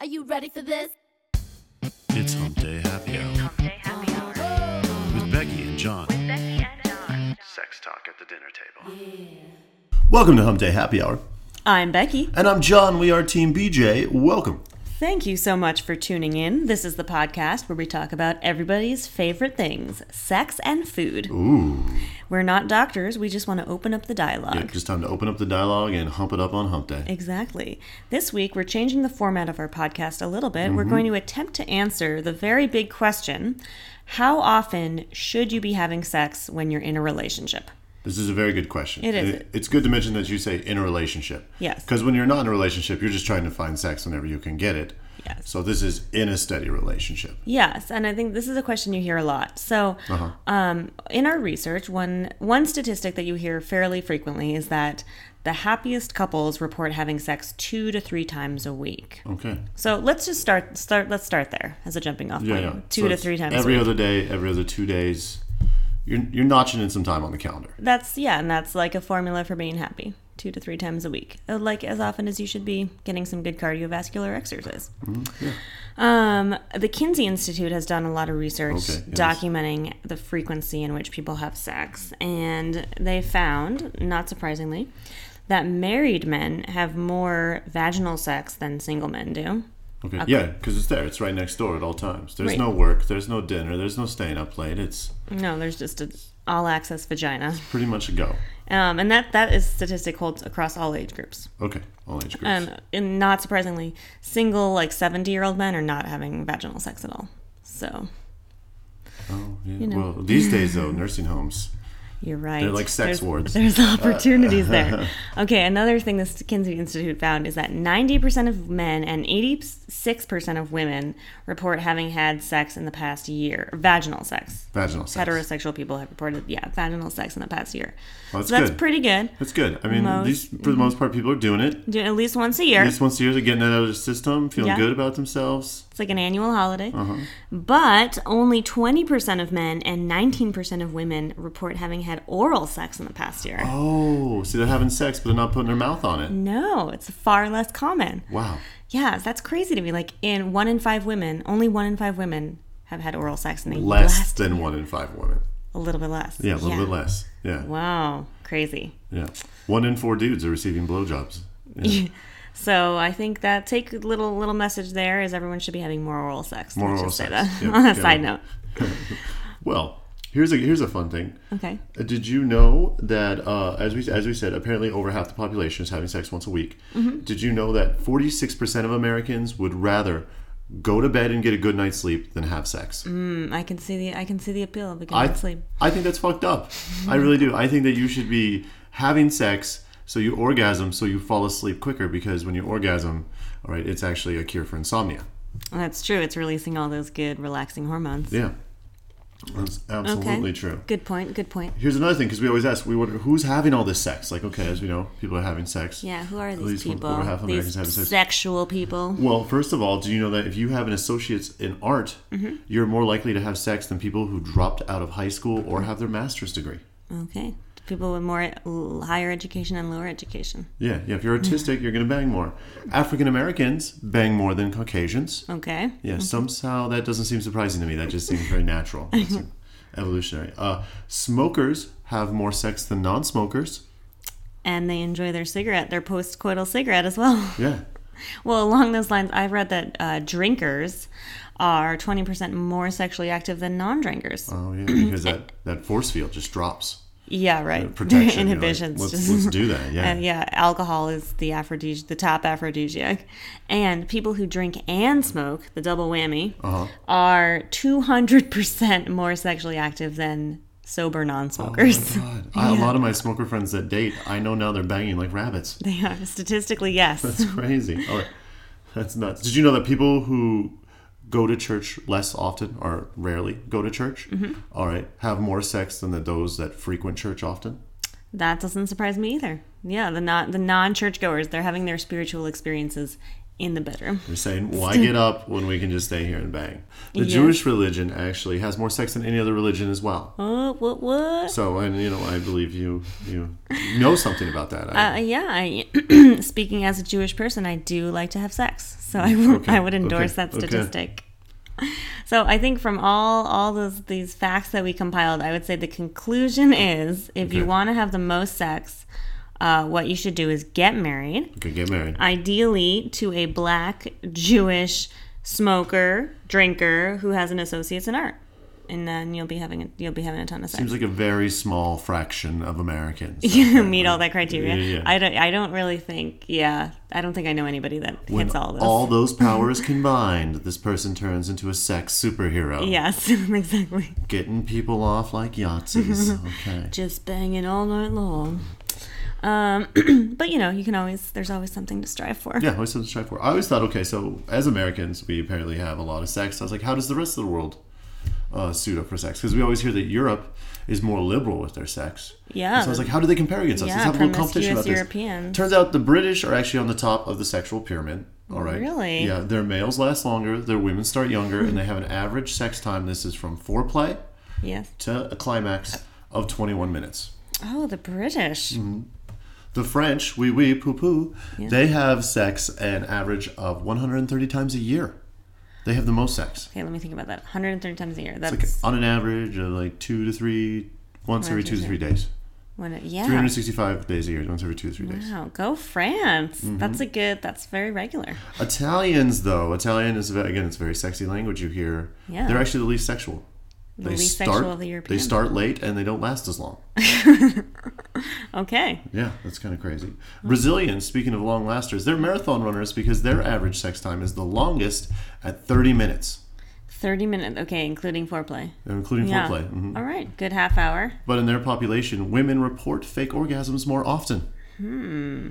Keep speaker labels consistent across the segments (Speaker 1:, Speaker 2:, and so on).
Speaker 1: Are you ready for this?
Speaker 2: It's Hump Day Happy Hour with Becky and John.
Speaker 3: Sex talk at the dinner table.
Speaker 2: Welcome to Hump Day Happy Hour.
Speaker 4: I'm Becky.
Speaker 2: And I'm John. We are Team BJ. Welcome.
Speaker 4: Thank you so much for tuning in. This is the podcast where we talk about everybody's favorite things sex and food.
Speaker 2: Ooh.
Speaker 4: We're not doctors, we just want to open up the dialogue.
Speaker 2: Yeah, just time to open up the dialogue and hump it up on Hump Day.
Speaker 4: Exactly. This week, we're changing the format of our podcast a little bit. We're
Speaker 2: Mm-hmm.
Speaker 4: going to attempt to answer the very big question How often should you be having sex when you're in a relationship?
Speaker 2: This is a very good question.
Speaker 4: It is.
Speaker 2: it's good to mention that you say in a relationship.
Speaker 4: Yes.
Speaker 2: Because when you're not in a relationship, you're just trying to find sex whenever you can get it.
Speaker 4: Yes.
Speaker 2: So this is in a steady relationship.
Speaker 4: Yes, and I think this is a question you hear a lot. So,
Speaker 2: Uh-huh.
Speaker 4: um, in our research, one one statistic that you hear fairly frequently is that the happiest couples report having sex two to three times a week.
Speaker 2: Okay.
Speaker 4: So let's just start start let's start there as a jumping off
Speaker 2: Yeah,
Speaker 4: point.
Speaker 2: yeah.
Speaker 4: Two
Speaker 2: So
Speaker 4: to
Speaker 2: it's
Speaker 4: three times
Speaker 2: every
Speaker 4: a week.
Speaker 2: other day, every other two days. You're you're notching in some time on the calendar.
Speaker 4: That's yeah, and that's like a formula for being happy. Two to three times a week, Uh, like as often as you should be getting some good cardiovascular exercise.
Speaker 2: Mm-hmm,
Speaker 4: Um, the Kinsey Institute has done a lot of research
Speaker 2: Okay, yes.
Speaker 4: documenting the frequency in which people have sex, and they found, not surprisingly, that married men have more vaginal sex than single men do.
Speaker 2: Okay. Yeah, because it's there. It's right next door at all times. There's
Speaker 4: Right.
Speaker 2: no work. There's no dinner. There's no staying up late. It's
Speaker 4: No, there's just an all-access vagina,
Speaker 2: pretty much a go.
Speaker 4: um, and that that is statistic holds across all age groups.
Speaker 2: Okay. All age groups.
Speaker 4: Um, and not surprisingly, single like seventy year old men are not having vaginal sex at all. So
Speaker 2: oh, yeah. Well, these days though, nursing homes.
Speaker 4: you're right.
Speaker 2: They're like sex
Speaker 4: there's,
Speaker 2: wards.
Speaker 4: There's opportunities there. Okay, another thing this Kinsey Institute found is that ninety percent of men and eighty six percent of women report having had sex in the past year. Vaginal sex.
Speaker 2: Vaginal sex.
Speaker 4: Heterosexual people have reported, yeah, vaginal sex in the past year.
Speaker 2: Well, that's
Speaker 4: so that's
Speaker 2: good.
Speaker 4: pretty good.
Speaker 2: That's good. I mean,
Speaker 4: Most-
Speaker 2: these for the most part, people are doing it.
Speaker 4: Do it at least once a year.
Speaker 2: Just once a year, they're getting it out of the system, feeling
Speaker 4: Yeah.
Speaker 2: good about themselves.
Speaker 4: It's like an annual holiday.
Speaker 2: Uh-huh.
Speaker 4: But only 20% of men and 19% of women report having had oral sex in the past year.
Speaker 2: Oh, see, they're having sex, but they're not putting their mouth on it.
Speaker 4: No, it's far less common.
Speaker 2: Wow.
Speaker 4: Yes, that's crazy to me. Like, in one in five women, only one in five women have had oral sex in the
Speaker 2: Less
Speaker 4: last
Speaker 2: than one in five women.
Speaker 4: a little bit less.
Speaker 2: Yeah, a little bit less. Yeah.
Speaker 4: Wow, crazy.
Speaker 2: Yeah. One in four dudes are receiving blowjobs. Yeah.
Speaker 4: So I think that take a little little message there is everyone should be having more oral sex.
Speaker 2: More
Speaker 4: Let's
Speaker 2: oral
Speaker 4: just say
Speaker 2: sex.
Speaker 4: that
Speaker 2: Yeah,
Speaker 4: on a
Speaker 2: yeah.
Speaker 4: side note.
Speaker 2: Well, here's a here's a fun thing.
Speaker 4: Okay.
Speaker 2: Uh, Did you know that uh, as we as we said, apparently over half the population is having sex once a week. Did you know that 46% of Americans would rather go to bed and get a good night's sleep than have sex?
Speaker 4: Mm, I can see the I can see the appeal of a good
Speaker 2: I
Speaker 4: night's sleep.
Speaker 2: I think that's fucked up. I really do. I think that you should be having sex so you orgasm so you fall asleep quicker because when you orgasm, all right, it's actually a cure for insomnia.
Speaker 4: That's true. It's releasing all those good relaxing hormones.
Speaker 2: Yeah. That's absolutely true.
Speaker 4: Good point. Good point.
Speaker 2: Here's another thing because we always ask, we wonder who's having all this sex. Like, okay, as we know, people are having sex.
Speaker 4: Yeah, who are these
Speaker 2: least one-
Speaker 4: people?
Speaker 2: over half of
Speaker 4: these
Speaker 2: Americans have sex.
Speaker 4: sexual people.
Speaker 2: Well, first of all, do you know that if you have an associate's in art,
Speaker 4: Mm-hmm.
Speaker 2: you're more likely to have sex than people who dropped out of high school or have their master's degree?
Speaker 4: Okay. People with more l- higher education and lower education.
Speaker 2: Yeah, yeah. If
Speaker 4: Mm-hmm.
Speaker 2: you're autistic, you're going to bang more. African Americans bang more than Caucasians.
Speaker 4: Okay.
Speaker 2: Yeah, somehow that doesn't seem surprising to me. That just seems very natural, It's an evolutionary. Uh, smokers have more sex than non-smokers.
Speaker 4: And they enjoy their cigarette, their postcoital cigarette as well.
Speaker 2: Yeah,
Speaker 4: well, along those lines, I've read that uh, drinkers are 20% more sexually active than non drinkers.
Speaker 2: oh yeah, because that that force field just drops.
Speaker 4: yeah, right.
Speaker 2: Protection. you're like,
Speaker 4: Inhibitions.
Speaker 2: let's,
Speaker 4: just-
Speaker 2: let's do that. Yeah.
Speaker 4: And yeah, alcohol is the aphrodisi- the top aphrodisiac, and people who drink and smoke, the double whammy,
Speaker 2: Uh-huh.
Speaker 4: are two hundred percent more sexually active than sober non-smokers.
Speaker 2: God, I, a lot of Oh my smoker friends that date, I know now they're banging like rabbits.
Speaker 4: they are statistically yes.
Speaker 2: That's crazy. All right. That's nuts. Did you know that people who go to church less often or rarely go to church,
Speaker 4: Mm-hmm.
Speaker 2: all right, have more sex than the, those that frequent church often?
Speaker 4: that doesn't surprise me either. Yeah, the non the non churchgoers they're having their spiritual experiences in the bedroom.
Speaker 2: They're saying, why get up when we can just stay here and bang? The
Speaker 4: Yeah.
Speaker 2: Jewish religion actually has more sex than any other religion as well.
Speaker 4: Oh, what, what?
Speaker 2: So, and you know, I believe you you know something about that. I,
Speaker 4: Uh, yeah, I, speaking as a Jewish person, I do like to have sex, so I would-
Speaker 2: Mm, Okay,
Speaker 4: I would endorse
Speaker 2: okay,
Speaker 4: that
Speaker 2: okay.
Speaker 4: statistic. So I think from all all those these facts that we compiled, I would say the conclusion is: if you
Speaker 2: Okay.
Speaker 4: want to have the most sex, uh, what you should do is get married,
Speaker 2: could get married.
Speaker 4: ideally to a black Jewish smoker drinker who has an associate's in art, and then you'll be having a, you'll be having a ton of sex.
Speaker 2: Seems like a very small fraction of Americans.
Speaker 4: meet all that criteria.
Speaker 2: Yeah, yeah.
Speaker 4: I don't. I don't really think. Yeah, I don't think I know anybody that
Speaker 2: When
Speaker 4: hits all this.
Speaker 2: all those powers combined, this person turns into a sex superhero.
Speaker 4: yes, exactly.
Speaker 2: Getting people off like Yahtzees. Okay.
Speaker 4: Just banging all night long. Um, but you know, you can always. There's always something to strive for.
Speaker 2: Yeah, always something to strive for. I always thought, okay, so as Americans, we apparently have a lot of sex. I was like, how does the rest of the world uh, suit up for sex? Because we always hear that Europe is more liberal with their sex.
Speaker 4: Yeah.
Speaker 2: So I was like, how do they compare against us?
Speaker 4: Yeah,
Speaker 2: Let's have a little competition
Speaker 4: promiscuous
Speaker 2: about this.
Speaker 4: Europeans.
Speaker 2: Turns out the British are actually on the top of the sexual pyramid. All right.
Speaker 4: Really?
Speaker 2: Yeah, their males last longer, their women start younger, and they have an average sex time. This is from foreplay
Speaker 4: Yes.
Speaker 2: to a climax of 21 minutes.
Speaker 4: Oh, the British.
Speaker 2: Mm-hmm. The French, wee wee poo poo, they have sex an average of 130 times a year. They have the most sex.
Speaker 4: Okay, let me think about that. 130 times a year. That's
Speaker 2: Like on an average of like two to three, once every two to three days.
Speaker 4: when it. Yeah.
Speaker 2: 365 days a year, once every two to three days.
Speaker 4: Wow. Go France.
Speaker 2: Mm-hmm.
Speaker 4: That's a good. That's very regular.
Speaker 2: Italians, though, Italian is ve- again, it's a very sexy language. You hear,
Speaker 4: Yeah.
Speaker 2: they're actually the least sexual. The
Speaker 4: least sexual of the European.
Speaker 2: They start late and they don't last as long.
Speaker 4: Okay.
Speaker 2: Yeah, that's kind of crazy. Brazilians, speaking of long lasters, they're marathon runners because their average sex time is the longest at 30 minutes,
Speaker 4: 30 minutes. Okay, including foreplay.
Speaker 2: including
Speaker 4: Yeah.
Speaker 2: foreplay. Mhm.
Speaker 4: All right. Good half hour.
Speaker 2: But in their population, women report fake orgasms more often. Hmm.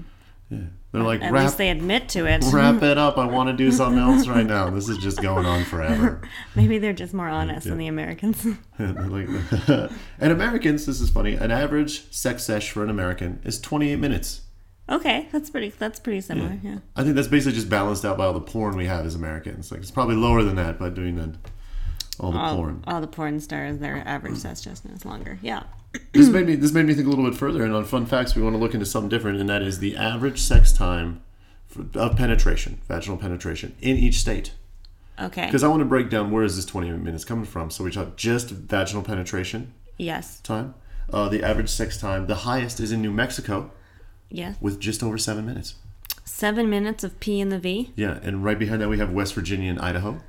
Speaker 2: Yeah, they're like
Speaker 4: At
Speaker 2: wrap.
Speaker 4: least they admit to it.
Speaker 2: Wrap it up. I want to do something else right now. This is just going on forever.
Speaker 4: Maybe they're just more honest than the Americans.
Speaker 2: They're like- and Americans, this is funny. An average sex sesh for an American is 28 minutes.
Speaker 4: okay, that's pretty. That's pretty similar. Yeah.
Speaker 2: I think that's basically just balanced out by all the porn we have as Americans. Like it's probably lower than that, but doing the, all the
Speaker 4: All,
Speaker 2: porn.
Speaker 4: all the porn stars, their average sex just is longer. Yeah.
Speaker 2: This made me this made me think a little bit further. And on fun facts, we want to look into something different, and that is the average sex time for, of penetration, vaginal penetration in each state.
Speaker 4: Okay.
Speaker 2: Because I want to break down where is this 20 minutes coming from. So we talked just vaginal penetration
Speaker 4: Yes.
Speaker 2: time. Uh, the average sex time, the highest is in New Mexico
Speaker 4: Yes.
Speaker 2: with just over seven minutes.
Speaker 4: Seven minutes of P in the V.
Speaker 2: Yeah, and right behind that we have West Virginia and Idaho,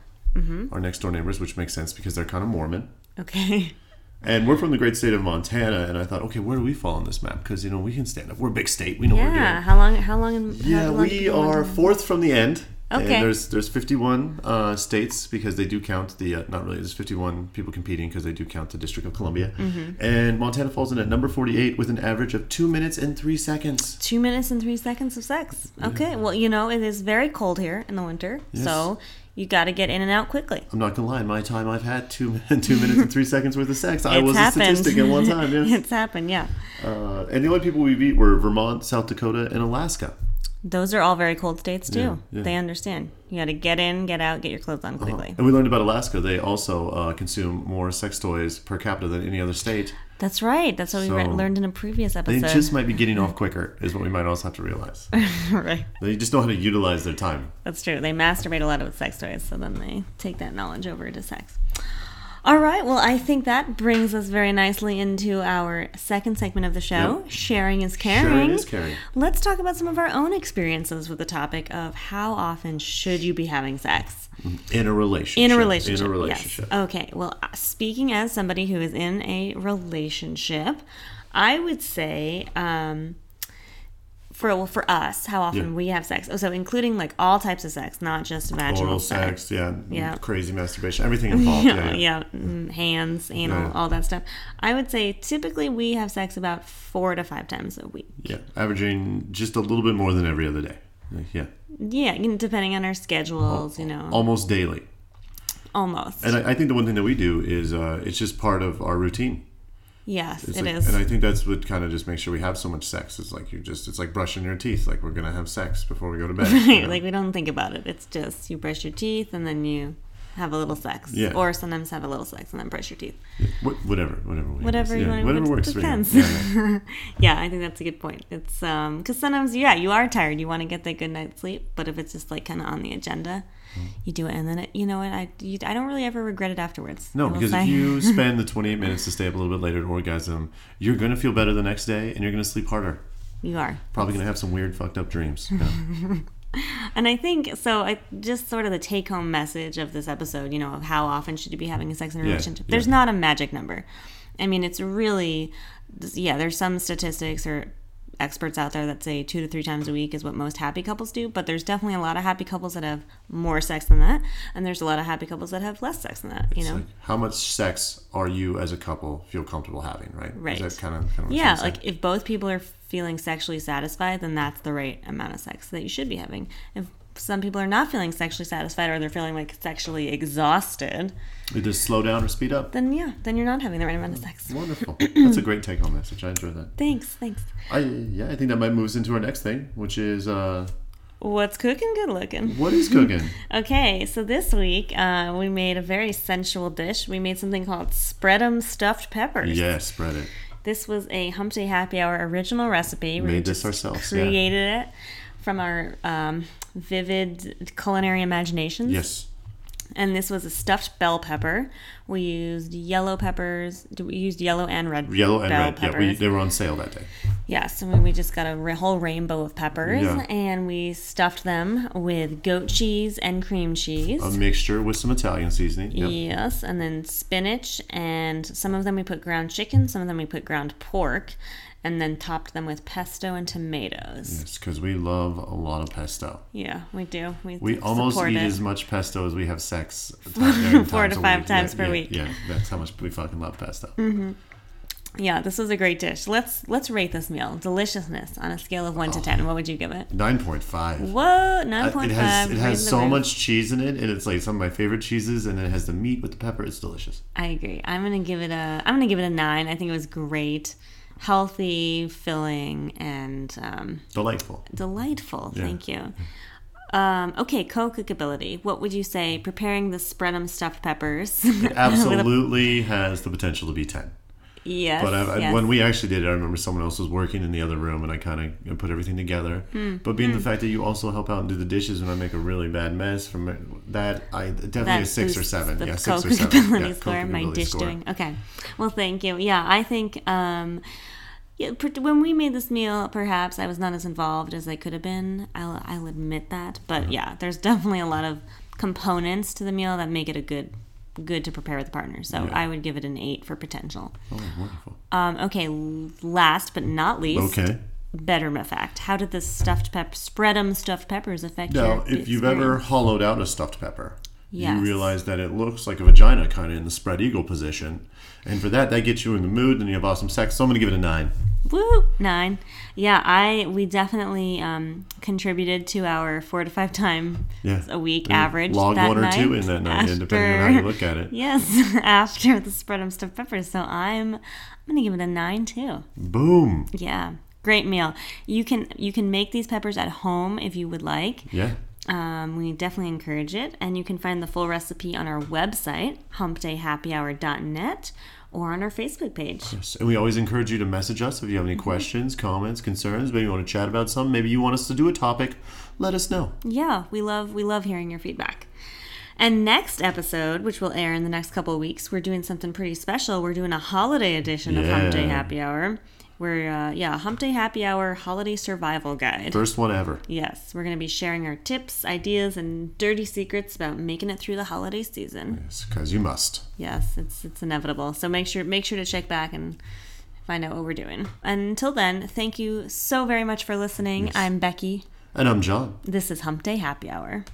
Speaker 2: our next door neighbors, which makes sense because they're kind of Mormon.
Speaker 4: Okay.
Speaker 2: And we're from the great state of Montana, and I thought, okay, where do we fall on this map? Because you know we can stand up. We're a big state. We know what we're
Speaker 4: Yeah.
Speaker 2: doing.
Speaker 4: How long? How long? How
Speaker 2: Yeah,
Speaker 4: long
Speaker 2: we are fourth from the end.
Speaker 4: Okay.
Speaker 2: And there's there's 51 uh, states because they do count the uh, not really there's 51 people competing because they do count the District of Columbia.
Speaker 4: Mm-hmm.
Speaker 2: And Montana falls in at number 48 with an average of two minutes and three seconds.
Speaker 4: Two minutes and three seconds of sex. Okay. Well, you know it is very cold here in the winter, so you got to get in and out quickly.
Speaker 2: I'm not gonna lie, in my time I've had two two minutes and three seconds worth of sex. I
Speaker 4: It's
Speaker 2: was
Speaker 4: happened.
Speaker 2: a statistic at one time. Yes.
Speaker 4: it's happened. Yeah.
Speaker 2: Uh, and the only people we beat were Vermont, South Dakota, and Alaska.
Speaker 4: Those are all very cold states too.
Speaker 2: yeah. Uh-huh.
Speaker 4: They understand. You got to get in, get out, get your clothes on quickly.
Speaker 2: And we learned about Alaska. They also uh, consume more sex toys per capita than any other state.
Speaker 4: That's right. That's what we re-
Speaker 2: So-
Speaker 4: learned in a previous
Speaker 2: They
Speaker 4: episode.
Speaker 2: just might be getting off quicker, is what we might also have to realize.
Speaker 4: right.
Speaker 2: They just know how to utilize their time.
Speaker 4: That's true. They masturbate a lot with sex toys, so then they take that knowledge over to sex. All right. Well, I think that brings us very nicely into our second segment of the show. Sharing is caring.
Speaker 2: Sharing is caring.
Speaker 4: Let's talk about some of our own experiences with the topic of how often should you be having sex?
Speaker 2: In a relationship.
Speaker 4: in a
Speaker 2: In
Speaker 4: relationship.
Speaker 2: a
Speaker 4: yes.
Speaker 2: relationship.
Speaker 4: Okay. Well, uh, speaking as somebody who is in a relationship, I would say um, for well, for us, how often
Speaker 2: Yeah.
Speaker 4: we have sex. Oh, so including like all types of sex, not just vaginal
Speaker 2: Oral sex, yeah,
Speaker 4: Yeah.
Speaker 2: crazy masturbation, everything involved. Yeah,
Speaker 4: Yeah,
Speaker 2: yeah.
Speaker 4: yeah, mm, hands, anal,
Speaker 2: Yeah.
Speaker 4: all that stuff. I would say typically we have sex about four to five times a week.
Speaker 2: Yeah, averaging just a little bit more than every other day. Like, Yeah,
Speaker 4: Yeah, you know, depending on our schedules, you know,
Speaker 2: almost daily.
Speaker 4: almost.
Speaker 2: And I, I think the one thing that we do is uh, it's just part of our routine.
Speaker 4: Yes,
Speaker 2: It's
Speaker 4: it
Speaker 2: like-
Speaker 4: is.
Speaker 2: And I think that's what kind of just makes sure we have so much sex. It's like you just, it's like brushing your teeth. Like we're gonna have sex before we go to bed. you know?
Speaker 4: like we don't think about it. It's just you brush your teeth and then you have a little sex,
Speaker 2: Yeah.
Speaker 4: or sometimes have a little sex and then brush your teeth.
Speaker 2: Wh- whatever, whatever. we
Speaker 4: Whatever
Speaker 2: use.
Speaker 4: you
Speaker 2: Yeah,
Speaker 4: want.
Speaker 2: Whatever
Speaker 4: it
Speaker 2: works
Speaker 4: depends.
Speaker 2: for you. Yeah, yeah.
Speaker 4: yeah, I think that's a good point. It's um because sometimes yeah you are tired. You want to get that good night's sleep, but if it's just like kind of on the agenda,
Speaker 2: Mm.
Speaker 4: you do it, and then it, you know what I you, I don't really ever regret it afterwards. I
Speaker 2: No,
Speaker 4: will
Speaker 2: because
Speaker 4: say.
Speaker 2: if you spend the 28 minutes to stay up a little bit later to orgasm, you're gonna feel better the next day, and you're gonna sleep harder.
Speaker 4: you are.
Speaker 2: Probably gonna have some weird fucked up dreams. Yeah.
Speaker 4: And I think so. I just sort of the take-home message of this episode, you know, of how often should you be having a sex in a relationship? There's
Speaker 2: yeah.
Speaker 4: not a magic number. I mean, it's really, yeah. There's some statistics or experts out there that say two to three times a week is what most happy couples do. But there's definitely a lot of happy couples that have more sex than that, and there's a lot of happy couples that have less sex than that. You
Speaker 2: It's
Speaker 4: know,
Speaker 2: like, how much sex are you as a couple feel comfortable having? Right.
Speaker 4: Right.
Speaker 2: Is that kind of, kind of what
Speaker 4: Yeah,
Speaker 2: you're saying?
Speaker 4: like if both people are feeling sexually satisfied, then that's the right amount of sex that you should be having. If some people are not feeling sexually satisfied or they're feeling like sexually exhausted,
Speaker 2: either slow down or speed up.
Speaker 4: then yeah, then you're not having the right amount of sex.
Speaker 2: Wonderful. That's a great take on message. I enjoy that.
Speaker 4: Thanks, thanks.
Speaker 2: I yeah, I think that might move us into our next thing, which is uh,
Speaker 4: What's cooking? Good looking.
Speaker 2: what is cooking?
Speaker 4: Okay, so this week uh, we made a very sensual dish. We made something called spread 'em stuffed peppers.
Speaker 2: yeah, spread it.
Speaker 4: This was a Hump Day Happy Hour original recipe. We
Speaker 2: Made this
Speaker 4: just
Speaker 2: ourselves, yeah.
Speaker 4: Created it from our um, vivid culinary imaginations.
Speaker 2: Yes.
Speaker 4: and this was a stuffed bell pepper. We used yellow peppers. We used yellow and red.
Speaker 2: Yellow and
Speaker 4: bell
Speaker 2: red.
Speaker 4: Peppers.
Speaker 2: Yeah, we, they were on sale that day.
Speaker 4: Yes, and we just got a re- whole rainbow of peppers,
Speaker 2: Yeah.
Speaker 4: and we stuffed them with goat cheese and cream cheese.
Speaker 2: A mixture with some Italian seasoning. Yep.
Speaker 4: Yes, and then spinach, and some of them we put ground chicken, some of them we put ground pork, and then topped them with pesto and tomatoes.
Speaker 2: Because we love a lot of pesto.
Speaker 4: Yeah, we do. We,
Speaker 2: We almost
Speaker 4: support
Speaker 2: eat
Speaker 4: it.
Speaker 2: as much pesto as we have sex. time-
Speaker 4: Four
Speaker 2: times
Speaker 4: to
Speaker 2: a
Speaker 4: five
Speaker 2: week.
Speaker 4: times
Speaker 2: yeah,
Speaker 4: per
Speaker 2: yeah,
Speaker 4: week. Mm.
Speaker 2: Yeah, that's how much we fucking love pesto.
Speaker 4: Yeah, this was a great dish. Let's let's rate this meal deliciousness on a scale of one
Speaker 2: Oh.
Speaker 4: to ten. What would you give it?
Speaker 2: Nine point five.
Speaker 4: Whoa,
Speaker 2: Uh,
Speaker 4: nine point
Speaker 2: It
Speaker 4: five.
Speaker 2: has it has so much cheese in it, and it's like some of my favorite cheeses. And it has the meat with the pepper. It's delicious.
Speaker 4: I agree. I'm gonna give it a. I'm gonna give it a nine. I think it was great, healthy, filling, and um,
Speaker 2: Delightful.
Speaker 4: delightful. Thank you. Um, okay, co-cookability. What would you say? Preparing the spread 'em stuffed peppers.
Speaker 2: Absolutely has the potential to be ten.
Speaker 4: yes.
Speaker 2: But I, I-
Speaker 4: yes.
Speaker 2: when we actually did it, I remember someone else was working in the other room, and I kind of put everything together.
Speaker 4: Hmm.
Speaker 2: But being the fact that you also help out and do the dishes when I make a really bad mess, from it- that, I definitely a six or
Speaker 4: boosts
Speaker 2: seven.
Speaker 4: The
Speaker 2: Yeah, six or seven.
Speaker 4: co-cookability
Speaker 2: Yeah,
Speaker 4: score, my
Speaker 2: cookability
Speaker 4: dish
Speaker 2: score.
Speaker 4: doing. Okay. Well, thank you. Yeah, I think um, yeah, per- when we made this meal, perhaps I was not as involved as I could have been. I'll, I'll admit that.
Speaker 2: Uh-huh.
Speaker 4: But yeah, there's definitely a lot of components to the meal that make it a good good to prepare with a partner. So I would give it an eight for potential.
Speaker 2: Oh, wonderful.
Speaker 4: Um, okay, l- last but not least,
Speaker 2: Okay.
Speaker 4: betterment effect. How did this stuffed pep spread 'em stuffed peppers affect
Speaker 2: Now,
Speaker 4: your
Speaker 2: if you've ever
Speaker 4: experience?
Speaker 2: hollowed out a stuffed pepper,
Speaker 4: Yes.
Speaker 2: you realize that it looks like a vagina, kind of in the spread eagle position. And for that, that gets you in the mood, and you have awesome sex. So I'm going to give it a nine.
Speaker 4: Woo! Nine. Yeah, I we definitely um, contributed to our four to five time
Speaker 2: Yeah.
Speaker 4: a week
Speaker 2: And
Speaker 4: average.
Speaker 2: Log
Speaker 4: that
Speaker 2: one or
Speaker 4: night
Speaker 2: two in that night, yeah, depending on how you look at it.
Speaker 4: Yes, after the spread of stuffed peppers. So I'm I'm gonna give it a nine too.
Speaker 2: Boom.
Speaker 4: Yeah. Great meal. You can you can make these peppers at home if you would like.
Speaker 2: Yeah.
Speaker 4: Um, we definitely encourage it. And you can find the full recipe on our website, humpdayhappyhour.net, or on our Facebook page.
Speaker 2: Yes, And we always encourage you to message us if you have any questions, comments, concerns. Maybe you want to chat about something. Maybe you want us to do a topic. Let us know.
Speaker 4: yeah we love we love hearing your feedback and next episode which will air in the next couple of weeks we're doing something pretty special we're doing a holiday edition of hump day
Speaker 2: Yeah.
Speaker 4: happy hour we're uh, yeah hump day happy hour holiday survival guide
Speaker 2: First one ever.
Speaker 4: yes we're going to be sharing our tips ideas and dirty secrets about making it through the holiday season
Speaker 2: Because you must.
Speaker 4: yes it's it's inevitable so make sure make sure to check back and find out what we're doing until then thank you so very much for listening i'm becky
Speaker 2: And I'm John.
Speaker 4: this is hump day happy hour